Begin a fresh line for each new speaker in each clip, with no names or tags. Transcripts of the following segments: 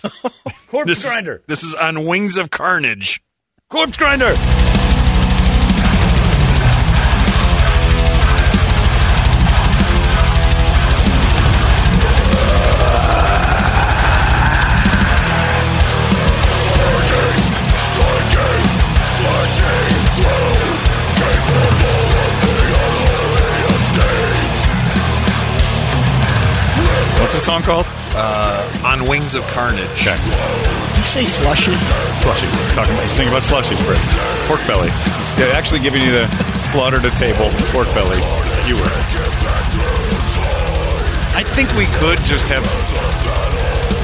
Corpse
This is-
grinder.
this is on Wings of Carnage.
Corpse grinder. What's the song called?
On Wings of Carnage.
Did you say slushy?
Slushy. Talking about, singing about slushies, Britt. Pork belly. They're actually giving you the slaughter to table pork belly that you were. I think we could just have.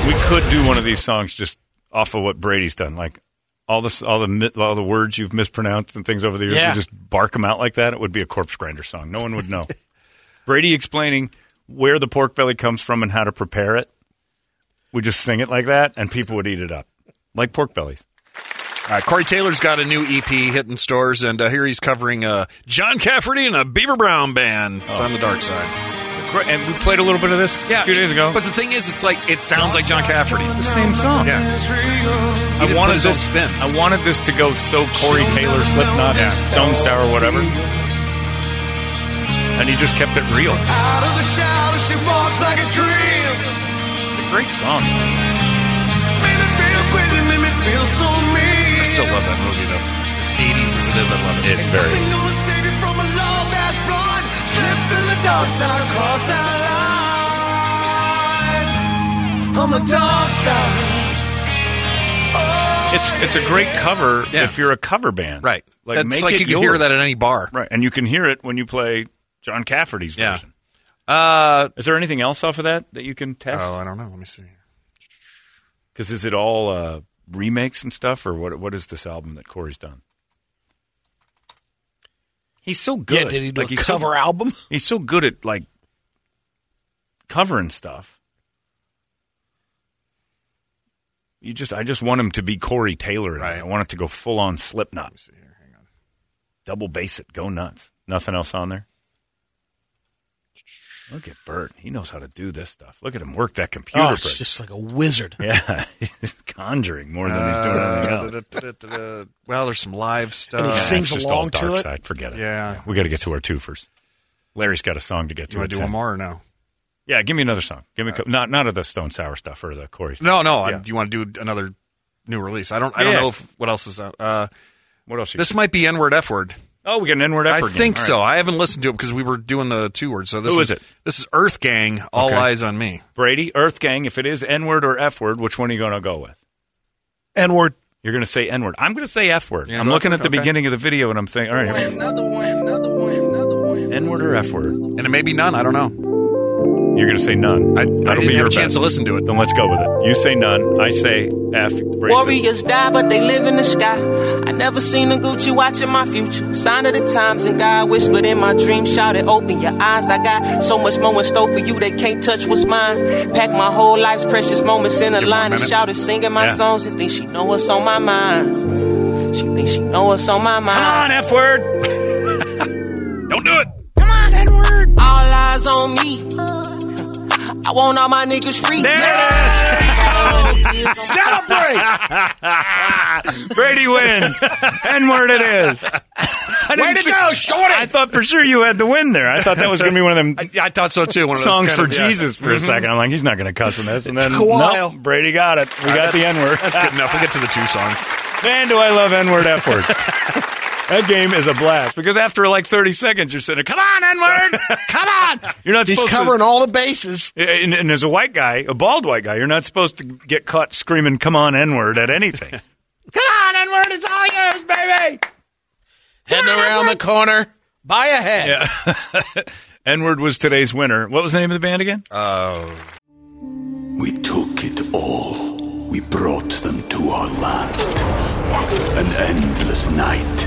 We could do one of these songs just off of what Brady's done, like all this, all the mi- all the words you've mispronounced and things over the years.
Yeah.
We just bark them out like that. It would be a corpse grinder song. No one would know. Brady explaining where the pork belly comes from and how to prepare it. We just sing it like that, and people would eat it up, like pork bellies.
Uh, Corey Taylor's got a new EP hitting stores, and uh, here he's covering uh, John Cafferty and a Beaver Brown band. It's on the dark side.
Great. Oh. And we played a little bit of this a few days ago.
But the thing is, it's like it sounds like John Cafferty.
the same song.
Yeah.
I
did
wanted
put his own
this.
spin.
I wanted this to go so Corey Taylor, Slipknot,
Yeah.
Stone Sour, whatever. And he just kept it real.
Out of the shadow, she walks like a dream.
It's a great song.
Made me feel crazy, made me feel so mean.
I still love that movie though. As 80s as it is, I love it.
It's very.
Nothing gonna save you from a love that's blind. slip through the dark side, cross that line. On the dark side.
It's it's a great cover if you're a cover band, right? Like
That's
make
like
it
you can hear
yours.
that at any bar.
right? And you can hear it when you play John Cafferty's
Yeah.
version. Uh, is there anything else off of that that you can test?
Oh, I don't know. Let me see.
Because is it all uh, remakes and stuff, or what? What is this album that Corey's done? He's so good.
Yeah, did he do
Like,
a
he's so-
cover album?
He's so good at like covering stuff. You just, I just want him to be Corey Taylor. Right. I want it to go full on Slipknot. Double bass it, go nuts. Nothing else on there. Look at Bert. He knows how to do this stuff. Look at him work that computer.
oh, it's
Bert.
just like a wizard.
Yeah, he's conjuring more than he's doing anything
Uh,
else.
da-da-da-da-da. well, there's some live stuff.
And he
Yeah,
sings
it's just all
along
dark
to it.
Side. Forget it.
Yeah.
we got to get to our twofers. Larry's got a song to get to.
Do you
at
want to do
10.
one more or no?
Yeah, give me another song. Give me co- not not of the Stone Sour stuff or the Corey. Stuff.
No, no. I-
Yeah.
Do you want to do another new release? I don't. I
Yeah.
don't know if, what else is out. Uh,
What else? You
this might be N word, F word.
oh, we got an N-word
I
effort.
think
game.
so.
All right.
I haven't listened to it because we were doing the two words. So this
Who is it?
This is Earth Gang. All
Okay.
eyes on me.
Brady, Earth Gang. If it is N-word or F-word, which one are you going to go with?
And we're
You're going to say N-word. I'm going to say F-word.
You're
I'm
gonna go
looking at
F-word?
the
Okay.
beginning of the video and I'm thinking, all right,
Another one, another one, another one.
N-word or F-word.
And it may be none. I don't know.
You're going to say none.
I, I
That'll
didn't
be
have
your
a chance
bet.
to listen to it.
Then let's go with it. You say none. I say F. Racist.
Warriors die, but they live in the sky. I never seen a Gucci watching my future. Sign of the times, and God whispered in my dream, shouted, Open your eyes. I got so much more in store for you that can't touch what's mine. Pack my whole life's precious moments in a
Give 'em a
line and
minute.
shouted, singing my
Yeah.
songs. And think she know what's on my mind. She think she know what's on my mind.
Come on, F-word. Don't do it.
All eyes on me. I want all my niggas free.
There
it is.
Celebrate. Brady wins. N-word it is. I didn't
to
thi-
go, shorty!
I thought for sure you had the win there. I thought that was going to be one of them
I, I thought so too. One of those
songs
kind
for
of- yeah. Mm-hmm.
Jesus for a second. I'm like, he's not going to cuss in this. And then
took a while.
nope, Brady got it. We got the N word.
That's good enough. We get to the two songs.
Man, do I love N word F word. That game is a blast because after like 30 seconds, you're sitting there, come on, N word, come on. You're not
He's
supposed
covering
to.
all the bases.
And, and as a white guy, a bald white guy, you're not supposed to get caught screaming, come on, N word at anything. come on, N word, it's all yours, baby.
Heading around the corner. Buy a head.
N word was today's winner. What was the name of the band again?
We took it all. We brought them to our land. An endless night,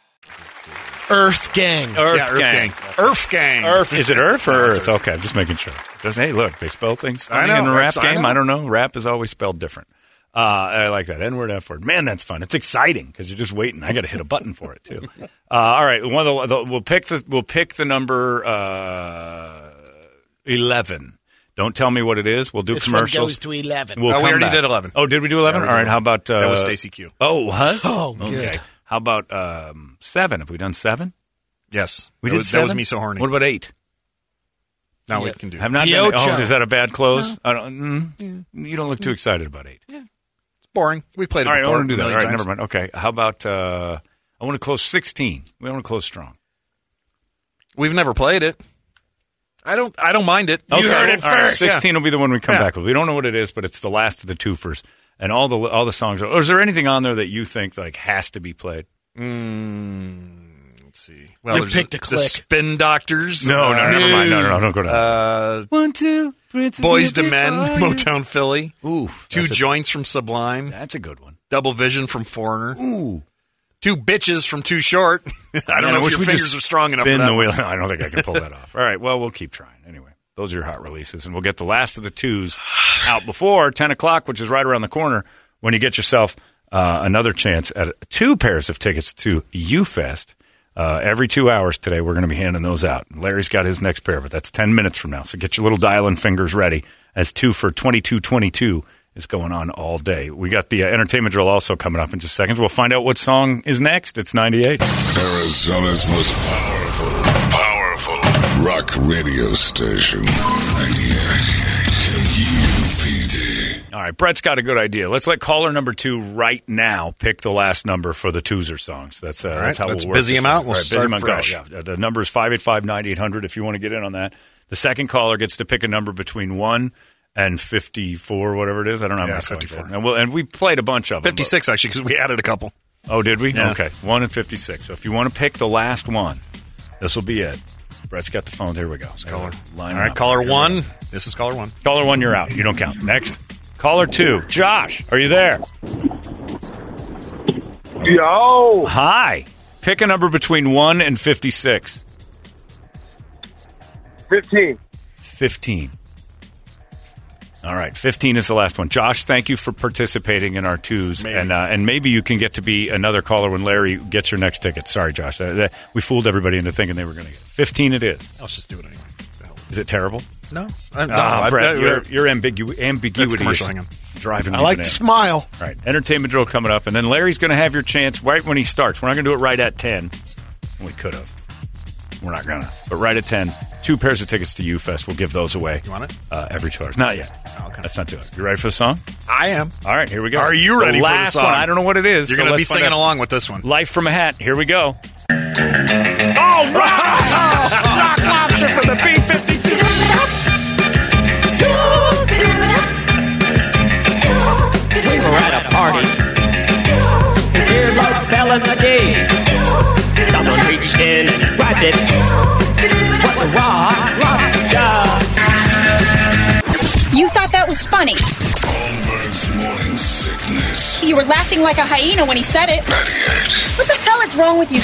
Earth Gang.
Earth,
yeah, Earth Gang. Earth Gang.
Earth. Is it Earth or
Yeah, it's
Earth? Okay, I'm just making sure. Just, hey, look, they spell things
I
funny
know,
in the rap
that's- I
game.
know.
I, don't know. Rap is always spelled different. Uh, I like that. N word, F word. Man, that's fun. It's exciting because you're just waiting. I got to hit a button for it too. Uh, all right, one of the, the we'll pick the we'll pick the number uh, eleven. Don't tell me what it is. We'll do
This one
commercials.
goes to 11.
We'll
Uh, we
come
already
back.
did 11.
Oh, did we do 11?
Yeah, we
All
did
right, how about. Uh,
That was Stacy Q.
Oh, was?
Oh, good.
How about um, 7? Have we done 7?
Yes,
We
that
did
was,
seven?
That was me so horny.
What about 8?
now we
Yeah.
can do.
Have not
Yo,
done Oh,
Chuck.
is that a bad close? I don't, mm, You don't look too excited about 8.
It's boring. We've played it
All right, I
before.
want to do
a
that. All
million
right,
times.
never mind. Okay, how about. Uh, I want to close 16. We want to close strong.
We've never played it. I don't. I don't mind it.
Okay. All right,
Yeah.
16 will be the one we come
Yeah.
back with. We don't know what it is, but it's the last of the twofers. And all the all the songs. Are, or is there anything on there that you think like has to be played?
Let's see. Well,
You
there's
picked
the,
a click.
The Spin Doctors.
No, no,
Uh,
never mind. No, no, no, don't go down.
Uh,
One, two,
Boys to Men, Motown Philly.
Ooh,
Two
that's a-
joints from Sublime.
That's a good one.
Double Vision from Foreigner.
Ooh,
Two bitches from Too Short. I don't know if your fingers are strong enough. For
Bend
that.
the wheel. I don't think I can pull that off. All right. Well, we'll keep trying. Anyway, those are your hot releases, and we'll get the last of the twos out before ten o'clock, which is right around the corner. When you get yourself uh, another chance at two pairs of tickets to U Fest. Uh, every two hours today, we're going to be handing those out. Larry's got his next pair, but that's 10 minutes from now. So get your little dial and fingers ready as two for 2222 is going on all day. We got the uh, entertainment drill also coming up in just seconds. We'll find out what song is next. It's 98.
Arizona's most powerful, powerful rock radio station. E 98 KUPD.
All right, Brett's got a good idea. Let's let caller number two right now pick the last number for the Toozer songs. That's, uh,
right,
that's how
let's
we'll work.
busy
this
'em
out.
out. We'll
All busy
start
'em out. Go.
fresh.
Yeah, uh, the number is 585 9800 if you want to get in on that. The second caller gets to pick a number between 1 and 54, whatever it is. I don't know. how
Yeah,
many songs
54.
there are. And, we'll, and we played a bunch of them. but-
56, actually, because we added a couple.
Oh, did we?
Yeah.
Okay. 1 and 56. So if you want to pick the last one, this will be it. Brett's got the phone. There we go.
Caller.
Line
All right,
up.
caller
Here we
one. This is caller one.
Caller one, you're out. You don't count. Next. Caller two, Josh, are you there?
Yo.
Hi. Pick a number between 1 and 56.
15.
15. All right, 15 is the last one. Josh, thank you for participating in our twos.
Maybe.
And uh, and maybe you can get to be another caller when Larry gets your next ticket. Sorry, Josh. Uh, that- we fooled everybody into thinking they were going to get it. 15 it is.
Let's just do it anyway.
Is it terrible?
No. I, no
Ah,
I-
Brett,
I-
your, your ambigu-
That's
ambiguity
commercial,
is
hang on.
driving
I
me
like to
bananas.
smile.
All right, entertainment drill coming up, and then Larry's going to have your chance right when he starts. We're not going to do it right at ten. We could have. We're not going to, but right at ten, two pairs of tickets to U Fest. We'll give those away.
You want it? Oh,
Uh, every two hours. Not yet.
okay.
Let's not do it. You ready for the song?
I am.
All right, here we go.
Are you
The
ready for the
last
song?
One. I don't know what it is.
You're
so
going to be
let's find
singing
out.
along with this one.
Life from a Hat. Here we go.
Oh, wow. Rock lobster for the B 52.
We were at a party. The earlobe fell in the gate. Someone reached in and grabbed it. What the rock lobster.
You thought that was funny.
Holmberg's morning sickness.
You were laughing like a hyena when he said it.
98
What the hell is wrong with you?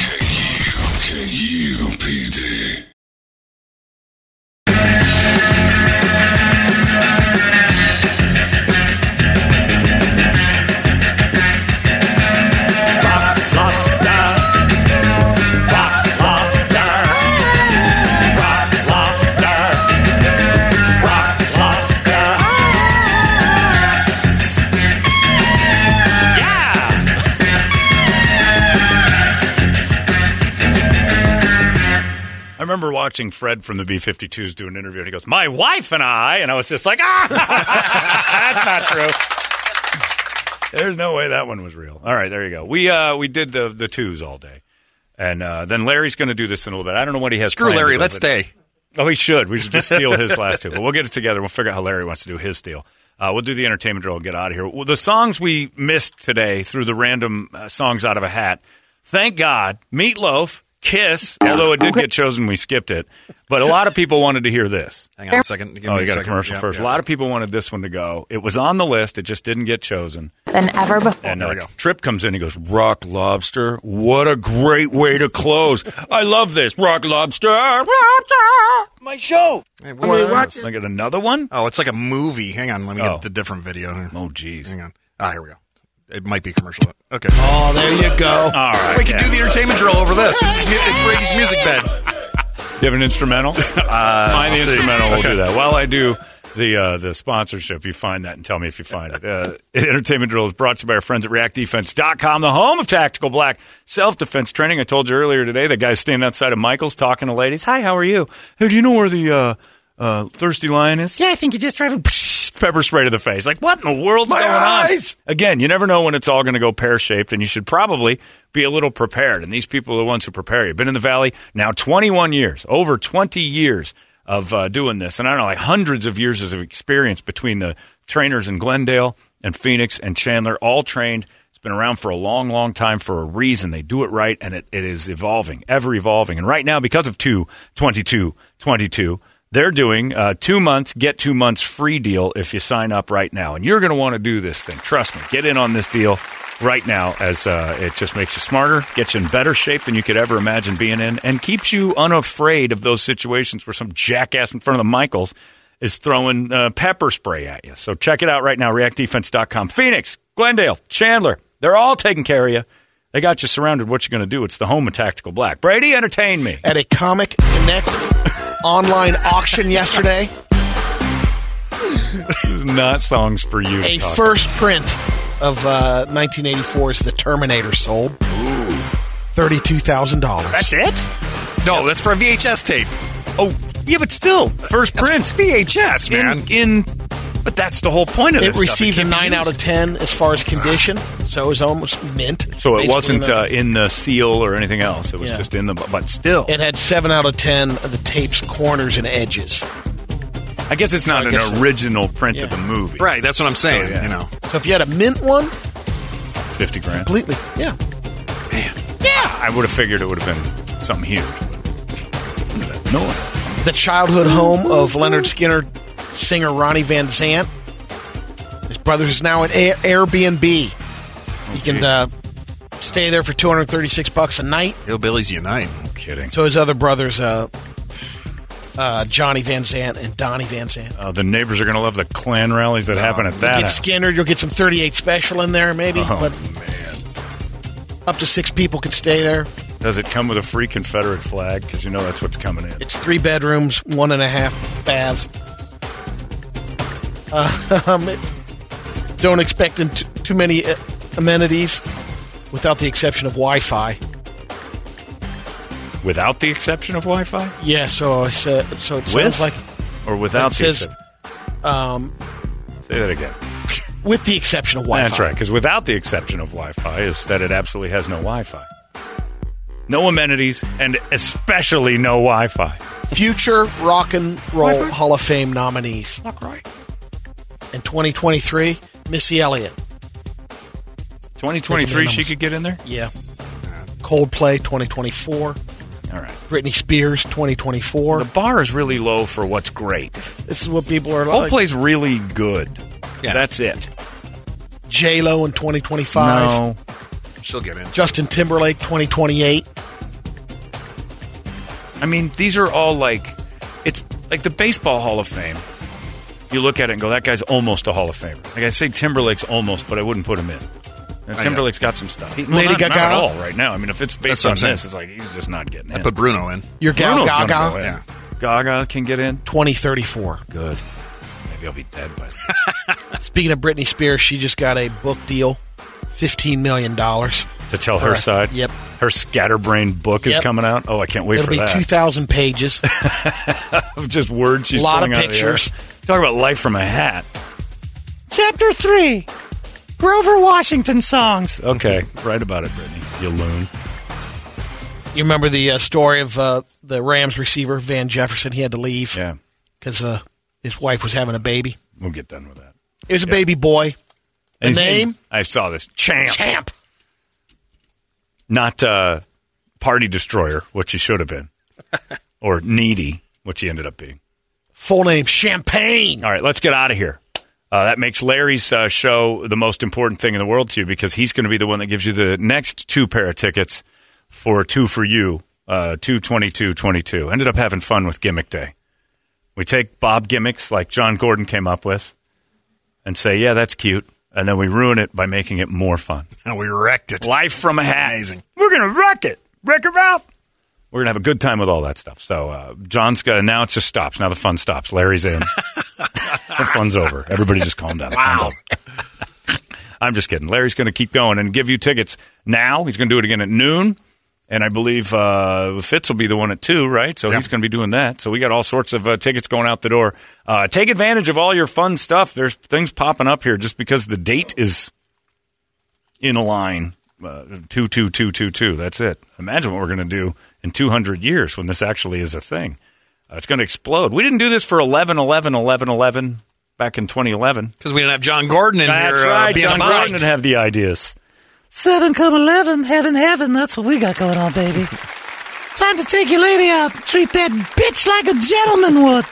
KUPD.
Rock lobster. Rock lobster. Rock lobster. Rock lobster. Yeah!
I remember watching Fred from the B-52s do an interview, and he goes, "My wife and I," and I was just like, "Ah, that's not true." There's no way that one was real. All right, there you go. We uh, we did the the twos all day, and uh, then Larry's going to do this in a little bit. I don't know what he has.
Screw
planned
Larry.
today,
Let's
but-
stay.
Oh, he should. We should just steal his last two. But we'll get it together. We'll figure out how Larry wants to do his deal. Uh, we'll do the entertainment drill and get out of here. Well, the songs we missed today through the random uh, songs out of a hat. Thank God, Meatloaf, Kiss. Although it did get chosen, we skipped it. But a lot of people wanted to hear this.
Hang on a second. Give
oh,
me
you
a
got a
second.
commercial
Yeah,
first.
yeah.
A lot of people wanted this one to go. It was on the list. It just didn't get chosen.
Than ever before.
And
Oh, There
uh,
we go.
Trip comes in. He goes, "Rock Lobster. What a great way to close. I love this. Rock Lobster. Lobster.
My show.
Hey, what is this?
I get another one.
Oh, it's like a movie. Hang on, let me
Oh.
get the different video. Here.
Oh, jeez.
Hang on. Ah, here we go. It might be commercial. Okay.
Oh, there you go.
All right.
we can
yeah.
do the entertainment drill over this. It's, mu- it's Brady's music bed.
You have an instrumental? Find the
Uh, I'll see.
instrumental. We'll
Okay.
do that. While I do the uh, the sponsorship, you find that and tell me if you find it. Uh, Entertainment Drill is brought to you by our friends at reactdefense.com, the home of tactical black self defense training. I told you earlier today, the guy's standing outside of Michael's talking to ladies. Hi, how are you? Hey, do you know where the uh, uh, thirsty lion is? Yeah, I think you just drove a pepper spray to the face. Like, what in the world's
My
going
eyes!
on? Again, you never know when it's all going to go pear shaped, and you should probably be a little prepared. And these people are the ones who prepare you. Been in the Valley now 21 years, over 20 years of uh, doing this. And I don't know, like hundreds of years of experience between the trainers in Glendale and Phoenix and Chandler, all trained. It's been around for a long, long time for a reason. They do it right, and it, it is evolving, ever evolving. And right now, because of 2 22 22, they're doing uh, two months, get two months free deal if you sign up right now. And you're going to want to do this thing. Trust me. Get in on this deal right now as uh, it just makes you smarter, gets you in better shape than you could ever imagine being in, and keeps you unafraid of those situations where some jackass in front of the Michaels is throwing uh, pepper spray at you. So check it out right now. ReactDefense.com. Phoenix, Glendale, Chandler, they're all taking care of you. They got you surrounded. What you going to do? It's the home of Tactical Black. Brady, entertain me.
At a Comic Connect online auction yesterday,
Not songs for you. to
A
talk
first print of uh, 1984's The Terminator sold. Thirty-two thousand dollars.
That's it?
No, that's for a VHS tape.
Oh, yeah, but still, first print
VHS, man.
In, but that's the whole point of
it
this. stuff.
received
can't
a
be
nine out of
used.
ten as far as condition, so it was almost mint.
So it
Basically
wasn't
mint.
uh, in the seal or anything else. It was
Yeah.
just in the. But still,
it had seven out of ten of the tape's corners and edges.
I guess it's not
I guess-
an original print of
Yeah.
the movie.
Right, that's what I'm saying.
Oh, yeah.
You know,
So if you had a mint one,
Fifty grand.
completely, yeah,
I would have figured it would have been something huge. No.
the childhood home of Leonard Skinner singer Ronnie Van Zant. His brother is now an Air- Airbnb. You can uh, stay there for 236 bucks a night.
Hillbillies Unite.
Kidding.
So his other brothers, uh, uh, Johnny Van Zant and Donnie Van Zant.
Uh, the neighbors are going to love the Klan rallies that happen at that.
Get
house.
Skinner, you'll get some 38 special in there, maybe.
Oh,
but up to six people could stay there.
Does it come with a free Confederate flag? Because you know that's what's coming in.
It's three bedrooms, one and a half baths. Uh, um, it- don't expect in t- too many uh, amenities, without the exception of Wi-Fi.
Without the exception of Wi-Fi,
Yeah, so I said, so it sounds
with
like
or without
it
the
says,
exception?
um,
Say that again.
with the exception of Wi-Fi.
That's right. Because without the exception of Wi-Fi is that it absolutely has no Wi-Fi, no amenities, and especially no Wi-Fi.
Future rock and roll Hall of Fame nominees. In 2023, Missy Elliott.
2023, she could get in there.
Yeah. Coldplay 2024.
All right.
Britney Spears 2024.
The bar is really low for what's great.
This is what people are like.
Coldplay's really good. That's it.
J Lo in 2025.
No.
She'll get in.
Justin Timberlake 2028.
I mean, these are all like it's like the baseball Hall of Fame. You look at it and go, that guy's almost a Hall of Famer. Like I say, Timberlake's almost, but I wouldn't put him in. And
I know.
Timberlake's got some stuff. He, well,
Lady
not, not at
Gaga?
all right now. I mean, if it's
That's
based
what
on
I'm saying.
this, it's like he's just not getting
I
in.
put Bruno in.
Your gal
Bruno's gonna
Gaga?
go in.
Yeah.
Gaga can get in.
2034.
Good. Maybe I'll be dead by then.
Speaking of Britney Spears, she just got a book deal, $15 million.
to tell her
Right.
side.
Yep.
Her scatterbrain book is
Yep.
coming out. Oh, I can't wait
It'll
for
be
that.
2,000 pages.
Of just words she's
Lot of
pulling out the air.
pictures.
Talk about life from a hat.
Chapter 3 Grover Washington songs.
Okay, write about it, Brittany. You loon.
you remember the uh, story of uh, the Rams receiver, Van Jefferson? He had to leave
Yeah,
because uh, his wife was having a baby.
we'll get done with that.
It was a baby boy. The
His
name?
I saw this. Champ.
Champ.
Not uh, Party Destroyer, which he should have been, or Needy, which he ended up being.
Full name, Champagne.
All right, let's get out of here. Uh, that makes Larry's uh, show the most important thing in the world to you because he's going to be the one that gives you the next two pair of tickets for two for you, uh, two twenty two twenty two. Ended up having fun with gimmick day. We take Bob gimmicks like John Gordon came up with, and say, "Yeah, that's cute," and then we ruin it by making it more fun.
And we wrecked it.
Life from a hat.
Amazing.
We're gonna wreck it. Wreck it up. We're gonna have a good time with all that stuff. So uh, John's got now it just stops. Now the fun stops. Larry's in. the fun's over. Everybody just calm down. The fun's over. I'm just kidding. Larry's gonna keep going and give you tickets now. He's gonna do it again at noon. And I believe uh, Fitz will be the one at two, right? So he's going to be doing that. So we got all sorts of uh, tickets going out the door. Uh, take advantage of all your fun stuff. There's things popping up here just because the date is in a line. Uh, two, two, two, two, two. That's it. Imagine what we're going to do in 200 years when this actually is a thing. Uh, it's going to explode. We didn't do this for 11, 11, 11, 11 back in 2011.
Because we didn't have John Gordon in
That's
here.
right.
Uh, being
John
a
Gordon
bot.
would have the ideas.
7 come 11, heaven, heaven. That's what we got going on, baby. Time to take your lady out and treat that bitch like a gentleman would.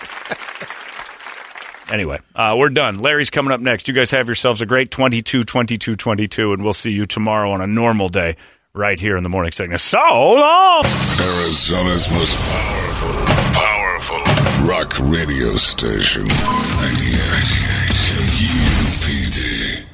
Anyway, uh, we're done. Larry's coming up next. You guys have yourselves a great 22, 22, 22, and we'll see you tomorrow on a normal day right here in the morning sickness. So long!
Arizona's most powerful, powerful rock radio station.
E
98 KUPD.